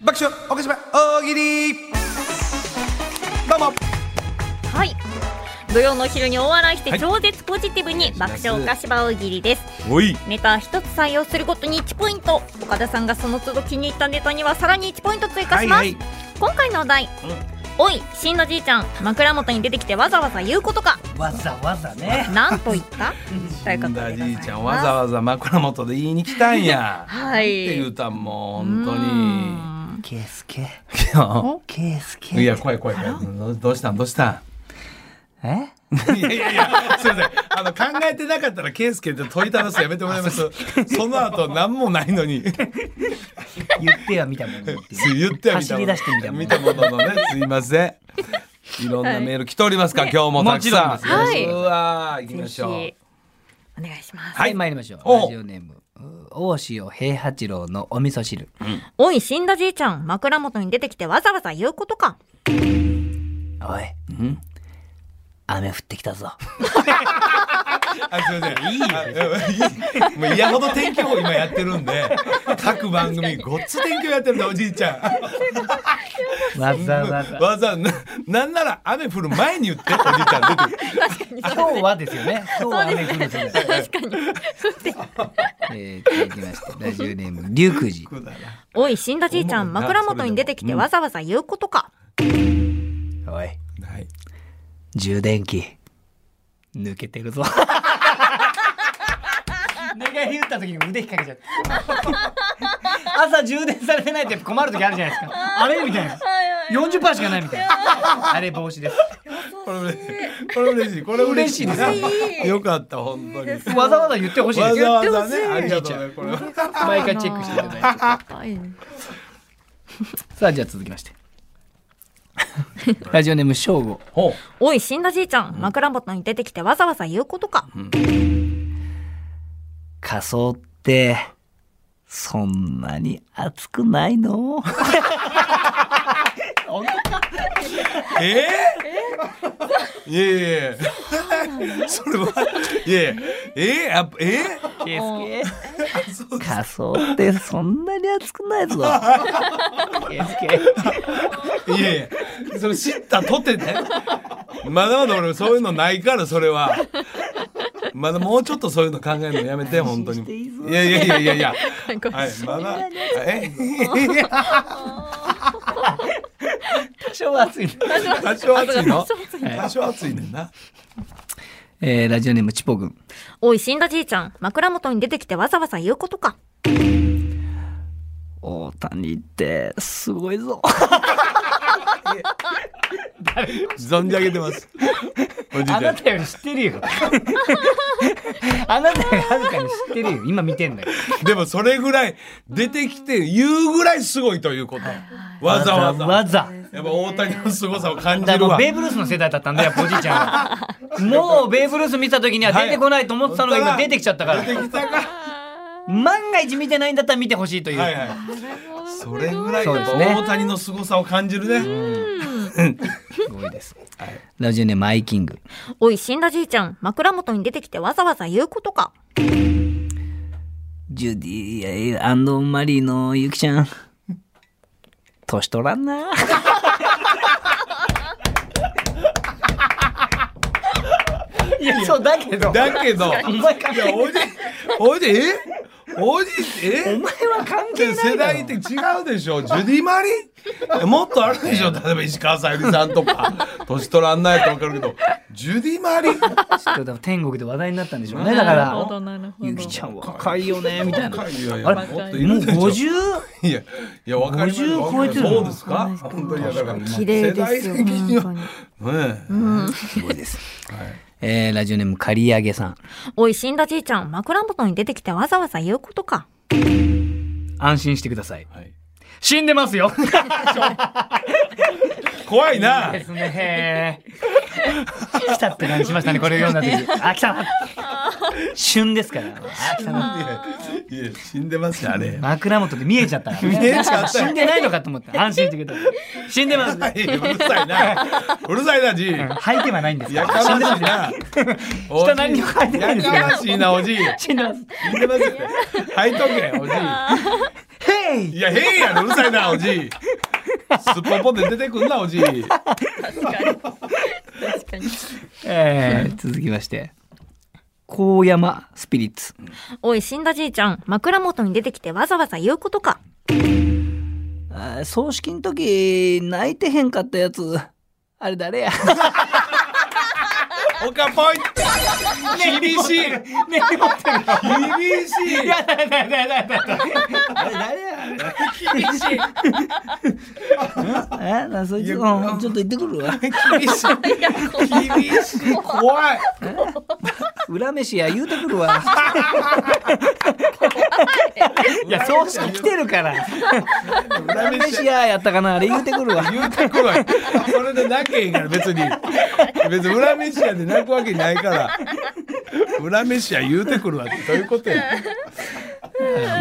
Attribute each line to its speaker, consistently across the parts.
Speaker 1: 爆笑おかしば大喜利どうも
Speaker 2: はい土曜のお昼に大笑いし
Speaker 1: は
Speaker 2: て
Speaker 1: い
Speaker 2: 超絶ポジティブに爆笑おかしば大喜利です
Speaker 1: おい
Speaker 2: ネタ一つ採用するごとに1ポイント岡田さんがその都度気に入ったネタにはさらに1ポイント追加します、
Speaker 1: はいはい
Speaker 2: 今回のお題、おい死んだじいちゃん枕元に出てきてわざわざ言うこ とか
Speaker 3: わざわざね。
Speaker 2: なんと言ったということでございます
Speaker 1: じいちゃんわざわざ枕元で言いに来たん や
Speaker 2: はい
Speaker 1: って言うたんもう
Speaker 2: う
Speaker 1: 本
Speaker 2: ーん
Speaker 3: ケースケ。
Speaker 1: 当
Speaker 3: ケースケ。
Speaker 1: にいや怖い怖い怖いどどうしたんどうしたん
Speaker 3: え
Speaker 1: いやいやいや、すみません。あの、考えてなかったら、ケースケって問いただすやめてもらい ます。その後、何もないのに、
Speaker 3: 言って はみたものっていう。
Speaker 1: 言っては
Speaker 3: 走り出してみたもの
Speaker 1: 見たもののね、すいません。いろんなメール来ておりますから、今日もたくさ
Speaker 3: も
Speaker 1: ん。
Speaker 3: ち
Speaker 2: ろんですよ
Speaker 1: うわー、行きまし
Speaker 2: ぜ
Speaker 1: ょう。
Speaker 2: ひお願いします、
Speaker 3: はい、参りましょう。
Speaker 1: おう
Speaker 3: ラジオネーム。う大塩平八郎のお味噌汁。
Speaker 2: おい死んだじいちゃん枕元に出てきてわざわざ言うことか
Speaker 3: おい。雨降ってきた ぞ。
Speaker 1: あ、すみません。いいよ。もう嫌ほど天気予報今やってるんで、各番組ごっつ天気予報やってるんだ、おじいちゃん。
Speaker 3: わざ わざ。
Speaker 1: わざわざ、ななんなら雨降る前に言って、おじいちゃん出てくる。
Speaker 3: 今日はですよね。今日は雨降るそうですね。
Speaker 2: 確かに
Speaker 3: えー、続きまして、ラジオネーム、龍空寺。
Speaker 2: おい死んだじいちゃん枕元に出てきてわざわざ言うことか、
Speaker 3: おい、
Speaker 1: はい。
Speaker 3: 充電器、抜けてるぞ。寝返り打った時に腕引っ掛けちゃった。 朝充電されてないって困る時あるじゃないです か。あれみたいな。40%しかないみたい な。あれ帽子です。
Speaker 1: これ嬉しい。これ嬉しい。これ嬉しい
Speaker 3: 嬉
Speaker 1: ね。よかった、本当に。
Speaker 3: わざわざ言ってほしいで
Speaker 1: わ
Speaker 3: す
Speaker 1: ざ
Speaker 3: よ。
Speaker 1: わざね、ありがとうね、これは。
Speaker 3: 毎回チェックしていただいて。さあ、じゃあ続きま して。ラジオネーム、正吾。
Speaker 1: ほう。
Speaker 2: おい死んだじいちゃん枕元に出てきてわざわざ言うことか、
Speaker 3: 仮装って、そんなに熱くないの
Speaker 1: ええ。いやいやいや。それは。いやいや。ええ、やっぱ、ええ。
Speaker 3: 仮装ってそんなに熱くない ぞ。
Speaker 1: いやいや。それ知ったとてね。まだまだ俺、そういうのないから、それは。まだもうちょっとそういうの考えるのやめて、本当に。
Speaker 3: いいぞ
Speaker 1: いやいやいやいやいや。 はい、まだ。え。
Speaker 3: 多少は熱いね。
Speaker 1: 多少暑いの
Speaker 2: 多少暑。
Speaker 1: 多少暑いねんな。
Speaker 3: えー、ラジオネームチポ君。
Speaker 2: おい死んだじいちゃん枕元に出てきてわざわざ言うことか
Speaker 3: 大谷ってすごいぞ。
Speaker 1: 存じ上げて ます。おじいちゃ
Speaker 3: あ
Speaker 1: ん
Speaker 3: な。たより知ってるよ。 あなたよりはるかに知ってるよ。今見てんだよ。
Speaker 1: でもそれぐらい出てきて言うぐらいすごいということ。わざわざ。
Speaker 3: わざ。
Speaker 1: やっぱ大谷の凄さを感じ
Speaker 3: だ
Speaker 1: る
Speaker 3: か
Speaker 1: わ
Speaker 3: ら。ベーブ・ルースの世代だったんだよ、おじいちゃんは。もうベーブ・ルース見た時には出てこないと思ってたのが今出てきちゃったから。
Speaker 1: 出てきたか。
Speaker 3: 万が一見てないんだったら見てほしいという。
Speaker 1: はいはい。それぐらい
Speaker 3: そう
Speaker 1: や
Speaker 3: で
Speaker 1: っ
Speaker 3: す
Speaker 1: ぱ
Speaker 3: ね
Speaker 1: 大谷の凄さを感じるね。
Speaker 3: すごいです。ラジオネームマイキング。
Speaker 2: おい死んだじいちゃん枕元に出てきてわざわざ言うことか
Speaker 3: ジュディマリーのゆきちゃん。年取らんな。いや、そうだけど。お前
Speaker 1: だけど、いや
Speaker 3: お前関係ない
Speaker 1: おじ、おじ、えおじ、え
Speaker 3: は関係ない
Speaker 1: 世
Speaker 3: だろ。
Speaker 1: 代って違うでしょジュディ・マリーもっとあるでしょ例えば石川さゆりさんとか年取らんないと分かるけどジュディ・マリー
Speaker 3: ちょっと天国で話題になったんでしょうね。だから、
Speaker 2: なるほ
Speaker 3: ゆきちゃんは若いよね、みたいな。もう
Speaker 1: いやいやもっといるでしょ
Speaker 3: 50?
Speaker 1: いや、いや、わかりますよ
Speaker 3: 50超えてるの
Speaker 1: そうですか。本当に、だから、
Speaker 2: 綺麗ですよ
Speaker 1: 世代的には
Speaker 2: 本
Speaker 1: ねえ
Speaker 3: すごいです。えーラジオネーム、刈り上げさん。
Speaker 2: おい死んだじいちゃん枕元に出てきてわざわざ言うことか
Speaker 3: 安心してください。
Speaker 1: はい
Speaker 3: 死んでますよ。
Speaker 1: 怖いな。
Speaker 3: すね。来たって感じしましたね、これ読んだ時。あ、来たな。旬ですから。あ来たない
Speaker 1: や、死んでますよ、あれ。
Speaker 3: 枕元で見えちゃったからね、
Speaker 1: 見えちゃったよ
Speaker 3: 死んでないのかと思った。安心してください。死んでます。
Speaker 1: はいうるさいな。うるさいな、じい。
Speaker 3: 吐いてはないんです
Speaker 1: や
Speaker 3: よ。
Speaker 1: かましい な。おじ
Speaker 3: 下何にも書いてないですよ
Speaker 1: やかましいな、おじい。
Speaker 3: 死んでます。
Speaker 1: 死んでますって。はいとけ、おじい。
Speaker 3: ヘイ
Speaker 1: いや、へいやろ、うるさいな、おじい。すっぽぽで出てくんなおじい
Speaker 2: 確かに。確かに。
Speaker 3: えー続きまして高山スピリッツ
Speaker 2: おい、死んだじいちゃん、枕元に出てきてわざわざ言うことか。
Speaker 4: あー葬式ん時泣いてへんかったやつあれ誰や
Speaker 1: おかぽい厳し い
Speaker 3: 根に持ってるの
Speaker 1: 厳しい
Speaker 3: やだやだやだやだやだ
Speaker 4: あれ誰やえなそい
Speaker 1: い
Speaker 4: つ
Speaker 1: や
Speaker 4: うん
Speaker 1: あ
Speaker 4: ちょっと行ってくる わ
Speaker 1: 厳しい厳しい怖い
Speaker 4: 裏飯や言うてくるわ
Speaker 3: いや葬式来てるから
Speaker 1: 裏
Speaker 4: 裏
Speaker 1: 飯
Speaker 4: 飯ややったかなあれ言うてくるわ
Speaker 1: 言うてこないそれで泣けへんから別に別に裏飯やで泣くわけないから裏飯や言うてくるわってどういうことや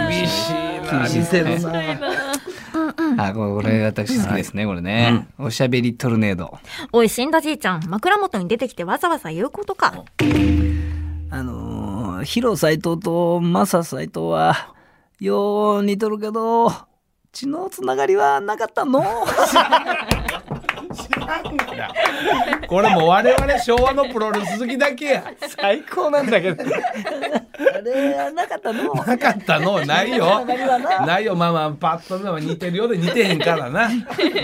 Speaker 1: 厳しいな
Speaker 4: 厳しいですねあこれこれ私好きですねこれねおしゃべりトルネード
Speaker 2: おい、死んだじいちゃん、枕元に出てきてわざわざ言うことか。
Speaker 4: あのー、ヒロ斎藤とマサ斎藤は、よう似とるけど、血のつながりはなかった の
Speaker 1: これもう我々昭和のプロレス好きだけや
Speaker 3: 最高なんだけど
Speaker 4: あれはなかったの
Speaker 1: なかったのないよないよまあまあパッと見たら似てるようで似てへんからな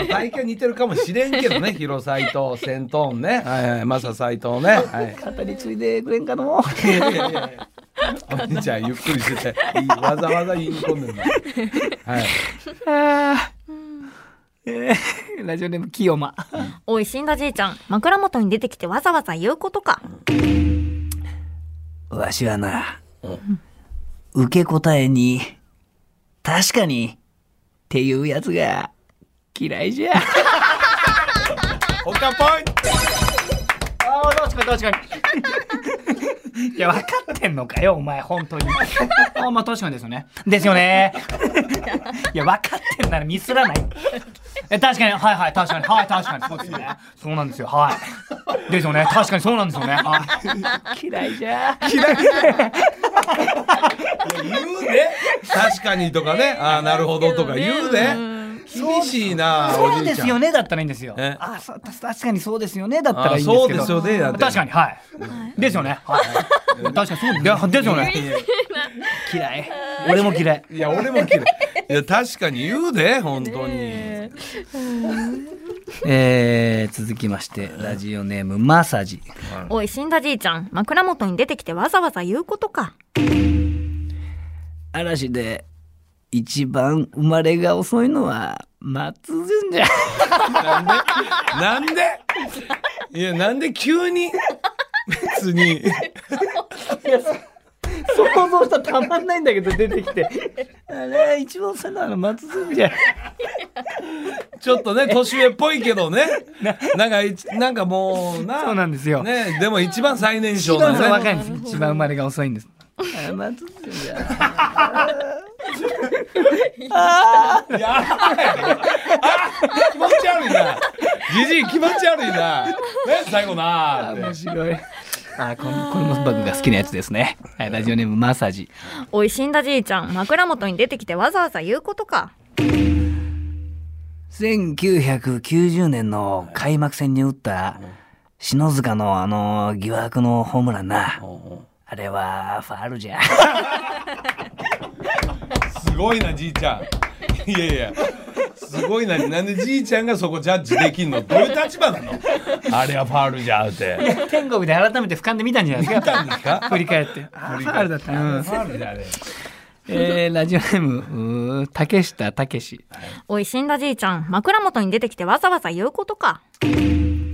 Speaker 1: 体型似てるかもしれんけどね広斎藤セントーンねはいはいマサ斎藤ねはい
Speaker 4: 語り継いでくれんかの
Speaker 1: お兄ちゃんゆっくりしてていいわざわざ言い込んでるのはい
Speaker 4: あーえーラジオネーム清間
Speaker 2: おい、死んだじいちゃん、枕元に出てきてわざわざ言うことか。
Speaker 4: わしはな、受け答えに、確かに、っていうやつが嫌いじゃ。
Speaker 1: おかぽい
Speaker 3: ああ確かに確かにいや分かってんのかよお前本当にあまあ確かにですよねですよねいや分かってんならミスらないえ確かにはいはい確かにはい確かにそうですよねそうなんですよはいですよね確かにそうなんですよねはい
Speaker 4: 嫌いじゃ。
Speaker 1: 言うね確かにとかねああなるほどとか言うね厳しいな
Speaker 3: そ
Speaker 1: お
Speaker 3: う
Speaker 1: じ
Speaker 3: で
Speaker 1: いち
Speaker 3: す
Speaker 1: ゃ
Speaker 3: よ
Speaker 1: ん
Speaker 3: ねだったらいいんですよ
Speaker 1: え
Speaker 4: あ、そうた確かにそうですよね。だった
Speaker 1: あ
Speaker 4: ら
Speaker 1: あ
Speaker 4: いいんで
Speaker 1: そう
Speaker 4: すけ
Speaker 1: で
Speaker 4: ど。
Speaker 1: すよねだって
Speaker 3: 確かにはいですよねはい確かにそうでです よね
Speaker 4: 嫌い。
Speaker 3: 俺も嫌い
Speaker 1: いや俺も嫌いいや確かに言うで本当に
Speaker 4: えー、続きましてラジオネームマサジ
Speaker 2: おい、死んだじいちゃん、枕元に出てきてわざわざ言うことか。
Speaker 4: 嵐で一番生まれが遅いのは松潤じゃ
Speaker 1: なんでいやなんで急に別に
Speaker 4: 想像したらたまんないんだけど出てきて あれ一番遅いのは松 潤じゃ
Speaker 1: ちょっとね年上っぽいけどねなんかいなんかもうな
Speaker 3: そうなんですよ
Speaker 1: ねでも一番最年
Speaker 3: 一
Speaker 1: 少
Speaker 3: 番
Speaker 1: な
Speaker 3: そう
Speaker 1: の
Speaker 3: 若
Speaker 1: ね
Speaker 3: いんです一番生まれが遅いんです
Speaker 4: あ松潤じゃ
Speaker 1: いやああ気持ち悪いなじじい気持ち悪いなね最後なー
Speaker 4: 面
Speaker 1: って
Speaker 4: 白いあこのこの僕が好きなやつですね、はい、ラジオネームマサジ
Speaker 2: おい、死んだじいちゃん、枕元に出てきてわざわざ言うことか。
Speaker 4: 1990年の開幕戦に打った篠塚のあの疑惑のホームランなあれはファールじゃ
Speaker 1: すごいなじいちゃんいやいやすごいななんでじいちゃんがそこジャッジできんのどういう立場なのあれはファールじゃんって
Speaker 3: 天国で改めて俯瞰で見たんじゃないですかや
Speaker 1: な
Speaker 3: っぱ
Speaker 1: んですか
Speaker 3: 振り返って。ああるだった。うん
Speaker 1: ファールじゃね
Speaker 4: えー、ラジオネーム、うー竹下武志。
Speaker 2: おい、死んだじいちゃん、枕元に出てきてわざわざ言うことか。
Speaker 4: 明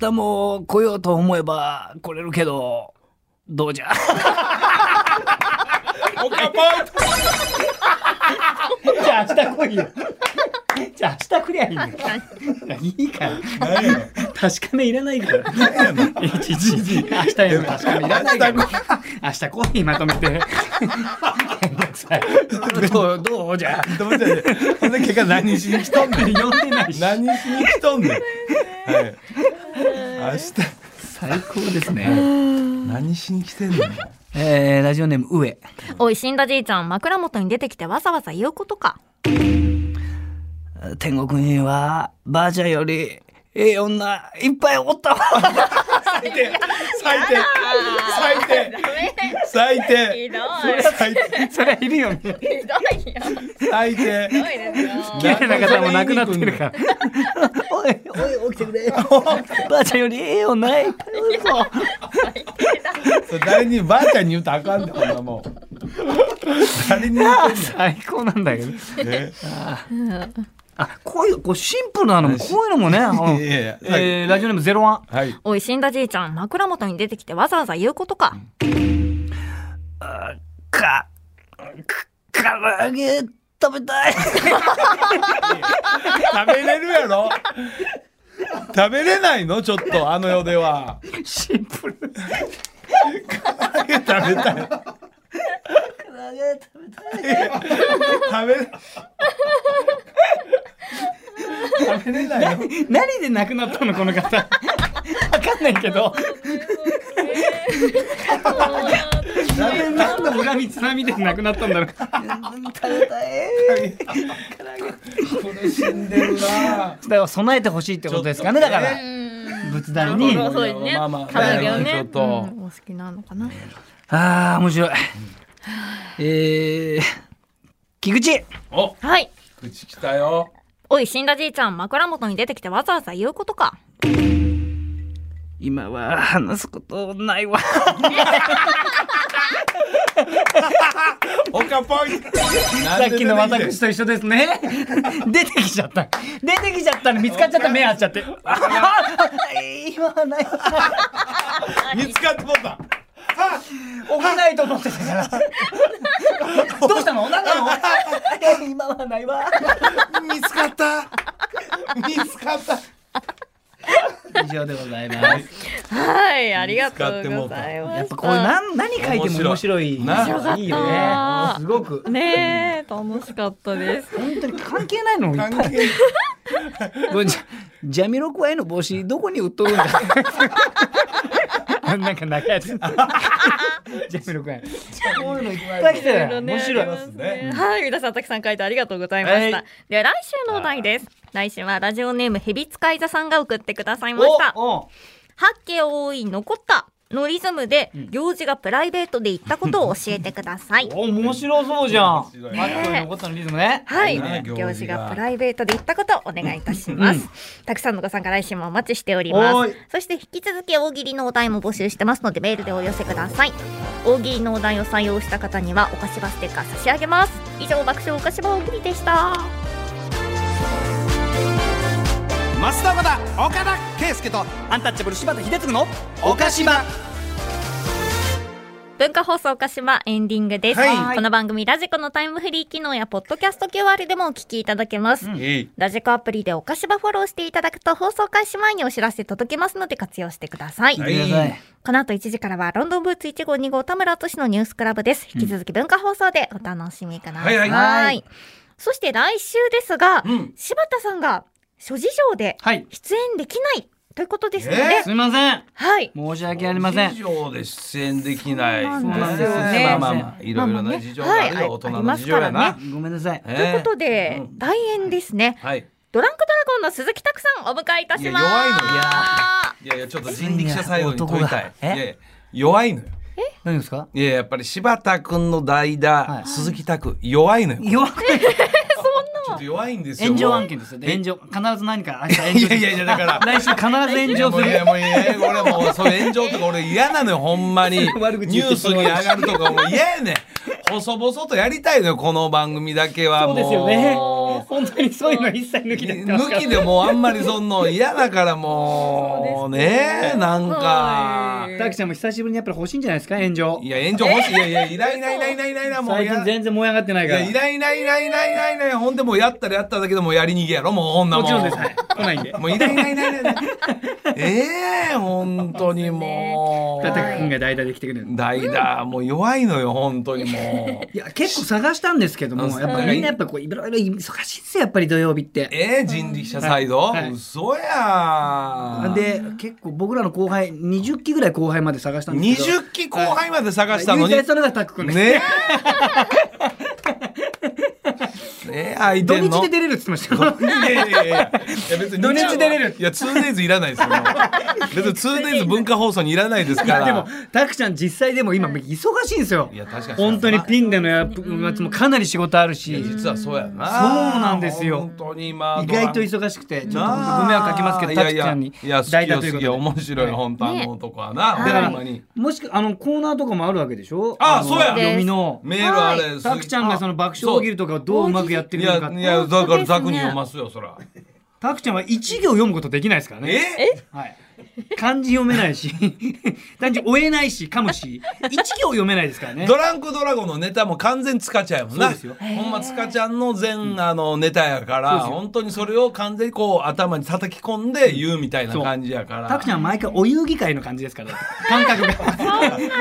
Speaker 4: 日も来ようと思えば来れるけど、どうじゃ
Speaker 1: おかぽい
Speaker 3: じゃあ明日来いよ。じゃあ明日来りゃいいよ。いいから。確かめいらないから。いちいちいち明日への確かめいらないから。明日来いまと めて。めんどくさい。どうどうじゃ。
Speaker 1: どうじゃねほんで結果何しに来とんねん
Speaker 3: 呼んでないし。
Speaker 1: 何しに来とんねんはい明日
Speaker 4: 最高ですね。
Speaker 1: 何しに来てんの
Speaker 4: えー、ラジオネーム、上。
Speaker 2: おい、死んだじいちゃん、枕元に出てきてわざわざ言うことか。
Speaker 4: ー天国にはばあちゃんよりええ女いっぱいおったわ
Speaker 1: 最低最低最低最
Speaker 2: ひ
Speaker 1: 低
Speaker 2: ど
Speaker 1: 最低
Speaker 3: そりゃいるよ
Speaker 2: い。
Speaker 3: ね。
Speaker 2: ひどいよ。
Speaker 1: 最
Speaker 2: ひ
Speaker 1: 低
Speaker 2: どいですよ。
Speaker 3: 綺麗な方もなくなってる から。
Speaker 4: おいおい起きてく ればあちゃんよりええ女いっぱいおるぞ
Speaker 1: それ誰にばあちゃんに言うとあかんでこんなもん誰に言ってんねん
Speaker 3: 最高なんだけど。
Speaker 1: ね
Speaker 3: あ、こういう、こうシンプルなのも、こういうの もね。
Speaker 1: いやいや
Speaker 3: うんえーラジオネームゼロワン。
Speaker 1: はい
Speaker 2: おい、死んだじいちゃん、枕元に出てきてわざわざ言うことか。
Speaker 4: かから揚げ食べたい
Speaker 1: 食べれるやろ食べれないのちょっとあの世では
Speaker 3: シンプル。
Speaker 1: 食べたい
Speaker 4: から揚げ食べたい
Speaker 1: 食べ食べれないの
Speaker 3: 何で亡くなったのこの 方。わかんないけど。何の恨み津波で亡くな ったんだろう。
Speaker 4: 食べたい
Speaker 1: 苦しんでるな
Speaker 3: だから備えてほしいってことですかね。だから仏壇に。
Speaker 1: そう
Speaker 2: そうですね。
Speaker 1: まあまあ
Speaker 2: 彼女
Speaker 1: ち
Speaker 2: ね、
Speaker 1: ょ
Speaker 2: う
Speaker 1: っ
Speaker 2: ん
Speaker 1: と
Speaker 2: お好きなのかな。
Speaker 3: ああ面白い。
Speaker 4: えー、菊池
Speaker 1: お
Speaker 2: はい。
Speaker 1: 口きたよ
Speaker 2: おい、死んだじいちゃん、枕元に出てきてわざわざ言うことか。
Speaker 4: 今は話すことないわ
Speaker 1: おかぽい
Speaker 3: さっきの私と一緒ですね。 出てきちゃった。出てきちゃったの見つかっちゃった目合っちゃ って。
Speaker 4: 今はないわ
Speaker 1: 見つかってもうた
Speaker 3: 起きないと思ってた から。どうしたの？何なの？
Speaker 4: 今はないわ
Speaker 1: 見つかった見つかった
Speaker 3: 以上でございます。
Speaker 2: はい、ありが
Speaker 1: とうござい
Speaker 2: ま
Speaker 3: やっぱこれ何何書いても面白い。
Speaker 1: 面白い
Speaker 3: いいよね。すごく。
Speaker 2: ねえ、楽しかったです。
Speaker 3: 本当に関係ないのもいっぱい
Speaker 1: 関係
Speaker 4: これジャジャミロクワイの帽子どこに売っとるんだ
Speaker 3: なんか長いや つ。ジャミロ君。
Speaker 1: こういうのいっ
Speaker 3: いっぱい来て
Speaker 2: いろい
Speaker 3: る。
Speaker 2: ろね
Speaker 3: 面白い
Speaker 2: ありま。すね
Speaker 1: うん
Speaker 2: はい、皆さんたくさん書いてありがとうございました。
Speaker 3: はい
Speaker 2: では来週のお題です。来週はラジオネームヘビ使い座さんが送ってくださいました。
Speaker 3: おお
Speaker 2: 八家多い残ったのリズムで行事がプライベートで言ったことを教えてください。
Speaker 3: お面白そうじゃん。
Speaker 1: 面
Speaker 3: マ
Speaker 1: 白いね
Speaker 3: ッコリのことのリズムね。
Speaker 2: はい、
Speaker 1: いいね
Speaker 2: 行
Speaker 1: 行
Speaker 2: 事
Speaker 1: 事
Speaker 2: が
Speaker 1: が
Speaker 2: プライベートで言ったことをお願いいたします、たくさんのご参加来週もお待ちしておりま
Speaker 3: は
Speaker 2: す
Speaker 3: い
Speaker 2: そして引き続き大喜利のお題も募集してますのでメールでお寄せください大喜利のお題を採用した方にはお菓子場ステッカー差し上げます以上爆笑お菓子場大喜利でした
Speaker 5: 増田岡田岡田圭佑とアンタッチャブル柴田秀嗣の岡島
Speaker 2: 文化放送鹿島エンディングです、
Speaker 1: はい
Speaker 2: この番組ラジコのタイムフリー機能やポッドキャスト QR でもお聞きいただけます、
Speaker 1: えい
Speaker 2: ラジコアプリでお菓子場フォローしていただくと放送開始前にお知らせ届けますので活用してください、
Speaker 1: は
Speaker 3: 見てください。
Speaker 2: この後1時からはロンドンブーツ1号2号田村敦のニュースクラブです。引き続き文化放送でお楽しみください。
Speaker 1: はいはい
Speaker 2: はいそして来週ですが、柴田さんが諸事情で
Speaker 3: はい。
Speaker 2: 出演できないということですので、
Speaker 1: え
Speaker 3: すみません。
Speaker 2: はい。
Speaker 3: 申し訳ありませ
Speaker 1: 事
Speaker 3: ん。
Speaker 1: 情で出演できない。
Speaker 2: そうなんです
Speaker 3: よね
Speaker 1: まあまあまあ、いろいろな事情があるよ、
Speaker 2: まあまあね
Speaker 1: 大人の事情や
Speaker 2: はいあります
Speaker 1: な。
Speaker 3: ごめんなさい。
Speaker 1: と
Speaker 2: ということで、
Speaker 1: うん
Speaker 2: 大演ですね。
Speaker 1: はい。
Speaker 2: ドランクドラゴンの鈴木拓さんお迎えいたしま
Speaker 1: いや弱いのいや
Speaker 2: す。
Speaker 1: いやいや、ちょっと人力車採用に問いたい。
Speaker 3: え
Speaker 1: いやいや弱いのよ。
Speaker 3: 何ですか？
Speaker 1: いやいや、やっぱり柴田君の代打
Speaker 3: は、い
Speaker 1: 鈴木拓、弱いのよ。ち
Speaker 3: 弱い
Speaker 1: ょっと弱いんですよ。
Speaker 3: 炎上案件ですよ。
Speaker 1: え
Speaker 3: 炎上必ず何かあったら炎
Speaker 1: い
Speaker 3: 上
Speaker 1: やいやいや、だ から。
Speaker 3: 来週必ず炎上
Speaker 1: も
Speaker 3: す
Speaker 1: ういいや
Speaker 3: る。
Speaker 1: もういいや俺もうそういう炎上とか俺嫌なのよほんまにニ
Speaker 3: 悪口言
Speaker 1: ュ
Speaker 3: っ
Speaker 1: ー
Speaker 3: て
Speaker 1: スに上がるとかもう嫌やねん細々とやりたいのよこの番組だけは
Speaker 3: そ
Speaker 1: も
Speaker 3: う
Speaker 1: う
Speaker 3: ですよね。本当にそういうの一切抜きでやってますから
Speaker 1: 抜きでもうあんまりそんの嫌だからもうねえなんか
Speaker 3: タクちゃんも久しぶりにやっぱり欲しいんじゃないですか炎上
Speaker 1: いや炎上欲しいいやいやいらいないないないないなもう
Speaker 3: 最
Speaker 1: や
Speaker 3: 近全然燃え上がってない
Speaker 1: い
Speaker 3: から
Speaker 1: やいないないないないないないほんでもうやったらやっただけでもうやり逃げやろもう女も
Speaker 3: もちろんですはい来ないん で
Speaker 1: もういないいないいないいないええ本当にもう
Speaker 3: タク君が代打で来てくれる
Speaker 1: 代打もう弱いのよ本当にもう
Speaker 3: いや結構探したんですけど
Speaker 1: う
Speaker 3: も
Speaker 1: ん
Speaker 3: やっぱりみんなやっぱこういろいろ忙しいですよやっぱり土曜日って
Speaker 1: えー、人力車サイド、
Speaker 3: はい
Speaker 1: 嘘やん
Speaker 3: で結構僕らの後輩20期ぐらい後輩まで探したんですけど
Speaker 1: 20期後輩まで探したのに、
Speaker 3: はい唯一それがタク君です
Speaker 1: ね ね空い
Speaker 3: 土
Speaker 1: てん
Speaker 3: 日
Speaker 1: の
Speaker 3: で出れるって言ってましたよ
Speaker 1: いやいやいやいやいや別に
Speaker 3: 土日出れる
Speaker 1: いや 2days いらないですよもう 別に 2days 文化放送にいらないですから
Speaker 3: でもたくちゃん実際でも今忙しいんですよ
Speaker 1: いや確かに
Speaker 3: 本当にピンでのやつもかなり仕事ある
Speaker 1: い
Speaker 3: し
Speaker 1: や実はそうやなそう
Speaker 3: なんですよ
Speaker 1: 本当に今
Speaker 3: 意外と
Speaker 1: 緒
Speaker 3: 忙しくてちょっとご迷惑かけますけどたくちゃんに
Speaker 1: いやいや
Speaker 3: 代
Speaker 1: いや
Speaker 3: 打
Speaker 1: 好
Speaker 3: と
Speaker 1: き
Speaker 3: いう
Speaker 1: よ
Speaker 3: こ
Speaker 1: 好
Speaker 3: と
Speaker 1: き
Speaker 3: で
Speaker 1: よ面白い本当あの男はな
Speaker 2: ね
Speaker 1: ほんまに
Speaker 3: もしくあのコーナーとかもあるわけでしょ
Speaker 1: あ
Speaker 3: の
Speaker 1: そうや
Speaker 3: 読みの
Speaker 1: メールあれ
Speaker 3: たくちゃんがその爆笑大喜利とかをどううまくやって
Speaker 1: い
Speaker 3: くれる
Speaker 1: や
Speaker 3: かって
Speaker 1: いやだからザクに
Speaker 2: 本当ですね
Speaker 1: 読ますよそら
Speaker 3: たくちゃんは一行読むことできないですからね
Speaker 1: え
Speaker 3: はい、漢字読めないし 漢字追えないしかむし一行読めないですからね
Speaker 1: ドランクドラゴンのネタも完全に塚ちゃんやもんな
Speaker 3: そうですよ
Speaker 1: ほんま塚ちゃんの全あのネタやから本当にそれを完全にこう頭に叩き込んで言うみたいな感じやから
Speaker 3: たくちゃんは毎回お遊戯会の感じですから感覚が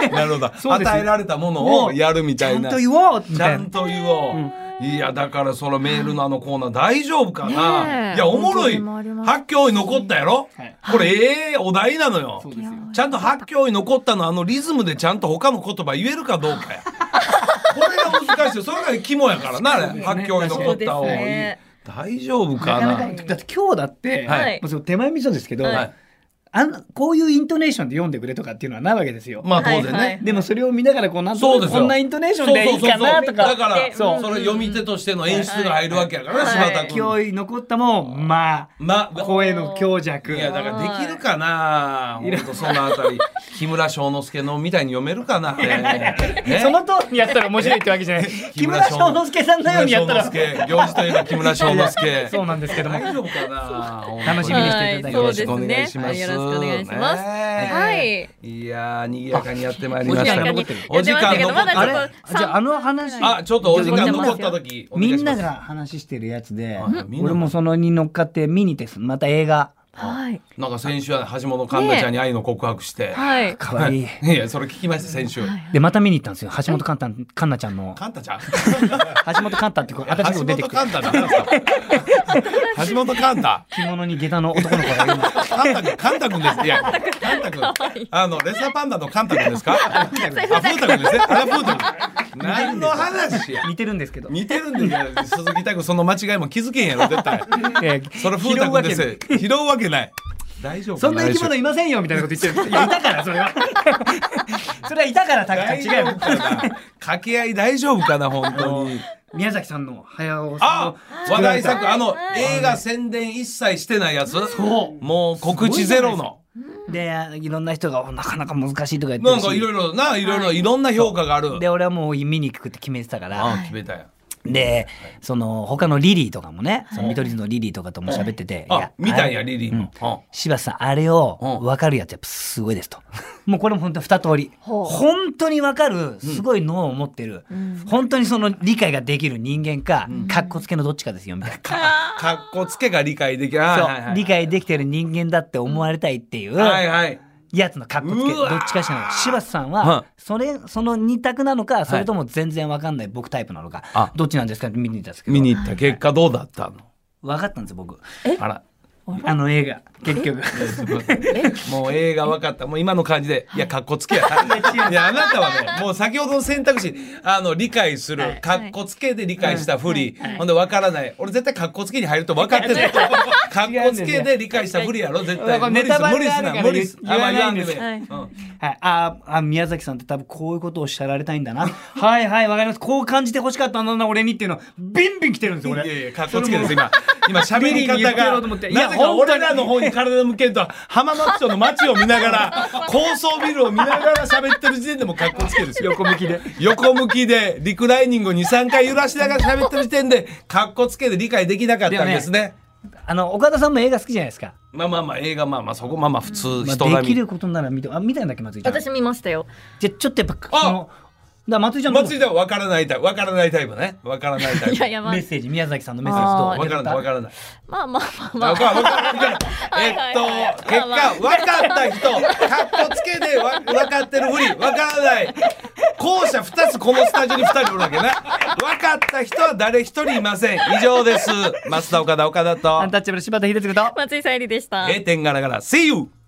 Speaker 1: なるほど
Speaker 3: そうですよ
Speaker 1: 与えられたものをやる み
Speaker 3: ち
Speaker 1: た
Speaker 3: ゃ
Speaker 1: い
Speaker 3: ん
Speaker 1: な
Speaker 3: と言おうみ
Speaker 1: ち
Speaker 3: た
Speaker 1: ゃ
Speaker 3: いなん
Speaker 1: と言おう。いやだからそのメールのあのコーナー大丈夫かな、
Speaker 2: ねえ
Speaker 1: いやおもろい
Speaker 2: 本当に回ります
Speaker 1: 発狂に残ったやろ、
Speaker 3: はい
Speaker 1: これええお題なのよ
Speaker 3: そうですよ
Speaker 1: ちゃんと発狂に残ったのあのリズムでちゃんと他の言葉言えるかどうかやこれが難しいそれが肝やからなあれ発狂に残ったを、
Speaker 2: そうですね
Speaker 1: 大丈夫
Speaker 3: な
Speaker 1: か
Speaker 3: か
Speaker 1: な
Speaker 3: なかだって今日だって、
Speaker 1: はい
Speaker 3: もうその手前味噌ですけど、
Speaker 1: はい
Speaker 3: あんこういうイントネーションで読んでくれとかっていうのはないわけですよ、
Speaker 1: まあ当然ね、
Speaker 2: はいはい
Speaker 3: でもそれを見ながらこうなん
Speaker 1: そうで
Speaker 3: とな
Speaker 1: す
Speaker 3: く
Speaker 1: よ
Speaker 3: こんなイントネーションでいいかなとか
Speaker 1: だから
Speaker 2: で
Speaker 1: そううんそれ読み手としての演出が入るわけやからね、
Speaker 2: はい
Speaker 1: 柴田君、
Speaker 3: 勢い残ったもんま
Speaker 1: ま
Speaker 3: あ声の強弱
Speaker 1: いやだからできるかなほんとそのあたり木村庄之助のみたいに読めるかな、 ねね
Speaker 3: その通りにやったら面白いってわけじゃない木村庄之助さんのようにやったら
Speaker 1: 木村庄之助行事といえば木村庄之助
Speaker 3: そうなんですけども
Speaker 1: 大丈夫かな本当
Speaker 3: 楽しみにしていただきましょう
Speaker 1: よろしくお願いします
Speaker 2: はいそうですねはいよろしくお願いします
Speaker 1: ね
Speaker 2: はい
Speaker 1: いやー賑やかにやってまいりまし
Speaker 3: 時
Speaker 1: た
Speaker 2: や
Speaker 3: 間が
Speaker 2: って
Speaker 3: 残ってる
Speaker 1: お時
Speaker 2: ました
Speaker 1: 間
Speaker 2: けど
Speaker 1: 残
Speaker 2: ま
Speaker 1: っ
Speaker 2: だ
Speaker 1: た
Speaker 2: ち
Speaker 1: あ
Speaker 2: ょっ
Speaker 1: れ
Speaker 2: と
Speaker 3: じゃあ
Speaker 2: さ
Speaker 3: あの話
Speaker 1: あちょっとお時間残った時お願い
Speaker 4: み
Speaker 1: します
Speaker 4: んなが話してるやつで
Speaker 1: はいはいみんな、が
Speaker 4: 俺もそのに乗っかって見に行ってす。また映画。
Speaker 2: はい
Speaker 1: なんか先週は橋本環奈ちゃんに愛の告白して、
Speaker 2: はい
Speaker 4: かわいい。
Speaker 1: いやそれ聞きました先週
Speaker 4: で、また見に行ったんですよ。橋本環奈環奈ちゃんの。
Speaker 1: 環奈ちゃん
Speaker 4: 橋本環奈ってこう新しい
Speaker 1: 橋
Speaker 4: 子出
Speaker 1: 本
Speaker 4: てきて。
Speaker 1: 環奈だなんか橋本環奈
Speaker 4: 着物に下駄の男の子がいるんです。
Speaker 1: カンタ君、カンタ君です。いや、カンタ君、あの、レッサーパンダのカンタ君ですか。あ、フータ君ですね。あ、フータ君。何の話や。
Speaker 4: 似てるんです けど。
Speaker 1: 似てるんだけど、鈴木拓、その間違いも気づけへんやろ、絶対。
Speaker 4: えー
Speaker 1: それフータ君です。拾うわけない。大丈夫か。
Speaker 3: そんな生き物いませんよみたいなこと言ってるいやいたからそれは それはいたからたく
Speaker 1: 大
Speaker 3: ち
Speaker 1: 丈
Speaker 3: ゃん違う
Speaker 1: 夫
Speaker 3: よ
Speaker 1: かな。掛け合い大丈夫かな、本当に。
Speaker 3: 宮崎さんの早尾さん
Speaker 1: あ
Speaker 3: の、
Speaker 1: 話題作、あの、
Speaker 2: はい
Speaker 1: 映画宣伝一切してないやつ。もう告知ゼロの。
Speaker 4: で、いろんな人が、なかなか難しいとか言って
Speaker 1: な
Speaker 4: る
Speaker 1: んかいろ
Speaker 4: し。
Speaker 1: いろな、いろいろ、いろんな評価がある。
Speaker 4: で、俺はもう見に行くって決めてたから。
Speaker 1: あ、決めたやん。
Speaker 4: で、その他のリリーとかもね、その見取り図のリリーとかとも喋ってて、い
Speaker 1: あ
Speaker 4: や、
Speaker 1: 見たん
Speaker 4: あ
Speaker 1: や、
Speaker 4: れ
Speaker 1: リリーの。うん
Speaker 4: 柴田さん、あれを
Speaker 1: うん
Speaker 4: 分かるやつやっぱすごいですと。もうこれも本当二通り。
Speaker 2: ほう
Speaker 4: 本当に分かる、すごい脳を持ってる、本当にその理解ができる人間か、かっこつけのどっちかですよ、みたいな。
Speaker 1: かっこつけが理解できない。
Speaker 4: そう、
Speaker 1: はいはい
Speaker 4: 理解できてる人間だって思われたいっていう。
Speaker 1: はいはい。
Speaker 4: やつの格好つけ
Speaker 1: う
Speaker 4: ど
Speaker 1: わ
Speaker 4: っ
Speaker 1: ー
Speaker 4: ちかしらない柴田さん
Speaker 1: は
Speaker 4: はそれその二択なのかそれとも全然わかんない僕タイプなのか、
Speaker 1: あ
Speaker 4: どっちなんですかって見に行ったんですけど
Speaker 1: 見に行った結果どうだったの
Speaker 4: 分かったんですよ僕
Speaker 1: あら。
Speaker 4: あの映画結局
Speaker 1: もう映画分かった。もう今の感じで、いや、かっこつけや。 いや、あなたはね、もう先ほどの選択肢、あの、理解する、かっこつけで理解したふり、ほんで分からない。俺絶対かっこつけに入ると分かってる。かっこつけで理解したふりやろ、絶対。
Speaker 3: これ
Speaker 1: 無理
Speaker 3: ネ
Speaker 1: す
Speaker 3: タ
Speaker 1: る、
Speaker 3: バ
Speaker 1: 無
Speaker 3: レ
Speaker 1: 理
Speaker 3: が
Speaker 1: す
Speaker 3: ある
Speaker 1: な、
Speaker 3: から
Speaker 1: 無理す。
Speaker 3: 言わないんです
Speaker 1: あまあ言わんでもいいうん
Speaker 4: はい、あーあ宮崎さんって多分こういうことをしてられたいんだなはいはいわかりますこう感じてほしかったんだな俺にっていうのビンビン来てるんですよ
Speaker 1: いやい
Speaker 4: 俺
Speaker 1: や、かっこつけです、今。今、喋り方
Speaker 3: ビリーに言ってやろうと思
Speaker 1: が
Speaker 3: って。いや
Speaker 1: なぜか俺らの方に体を向けると、浜松町の街を見ながら、高層ビルを見ながら喋ってる時点でもうかっこつけですよ。
Speaker 3: 横向きで
Speaker 1: 横向きで、リクライニングを2、3回揺らしながら喋ってる時点で、かっこつけで理解できなかったんですね。
Speaker 4: あの岡田さんも映画好きじゃないですか、
Speaker 1: まあまあまあ、映画、まあまあ、そこ、まあまあ、普通、人
Speaker 4: まあ、でき
Speaker 1: 並み。
Speaker 4: ることなら見てあ見たんだっけ松井ちゃん
Speaker 2: 私見ましたよ
Speaker 4: じゃあちょっとやっぱ
Speaker 1: あ
Speaker 4: そのだから松井ちゃん
Speaker 1: 松井では分からないタイプ、分からないタイプね。分からないタイプ。
Speaker 2: いやいやまあ
Speaker 4: メッセージ宮崎さんのメッセージどう
Speaker 2: あー
Speaker 1: 分からない、分からない。
Speaker 2: まあまあま
Speaker 1: あ
Speaker 2: あ
Speaker 1: わ
Speaker 2: まあ
Speaker 1: かるわかるわかるえっと結果分かった人かっこつけでわ分かってるふり分からない後者2つこのスタジオに2人おるわけな分かった人は誰一人いません以上です増田岡田岡田
Speaker 3: ア
Speaker 1: と
Speaker 3: ンタッチャブル柴田秀嗣と
Speaker 2: 松井さゆりでした
Speaker 1: 0点ガラガラ See you!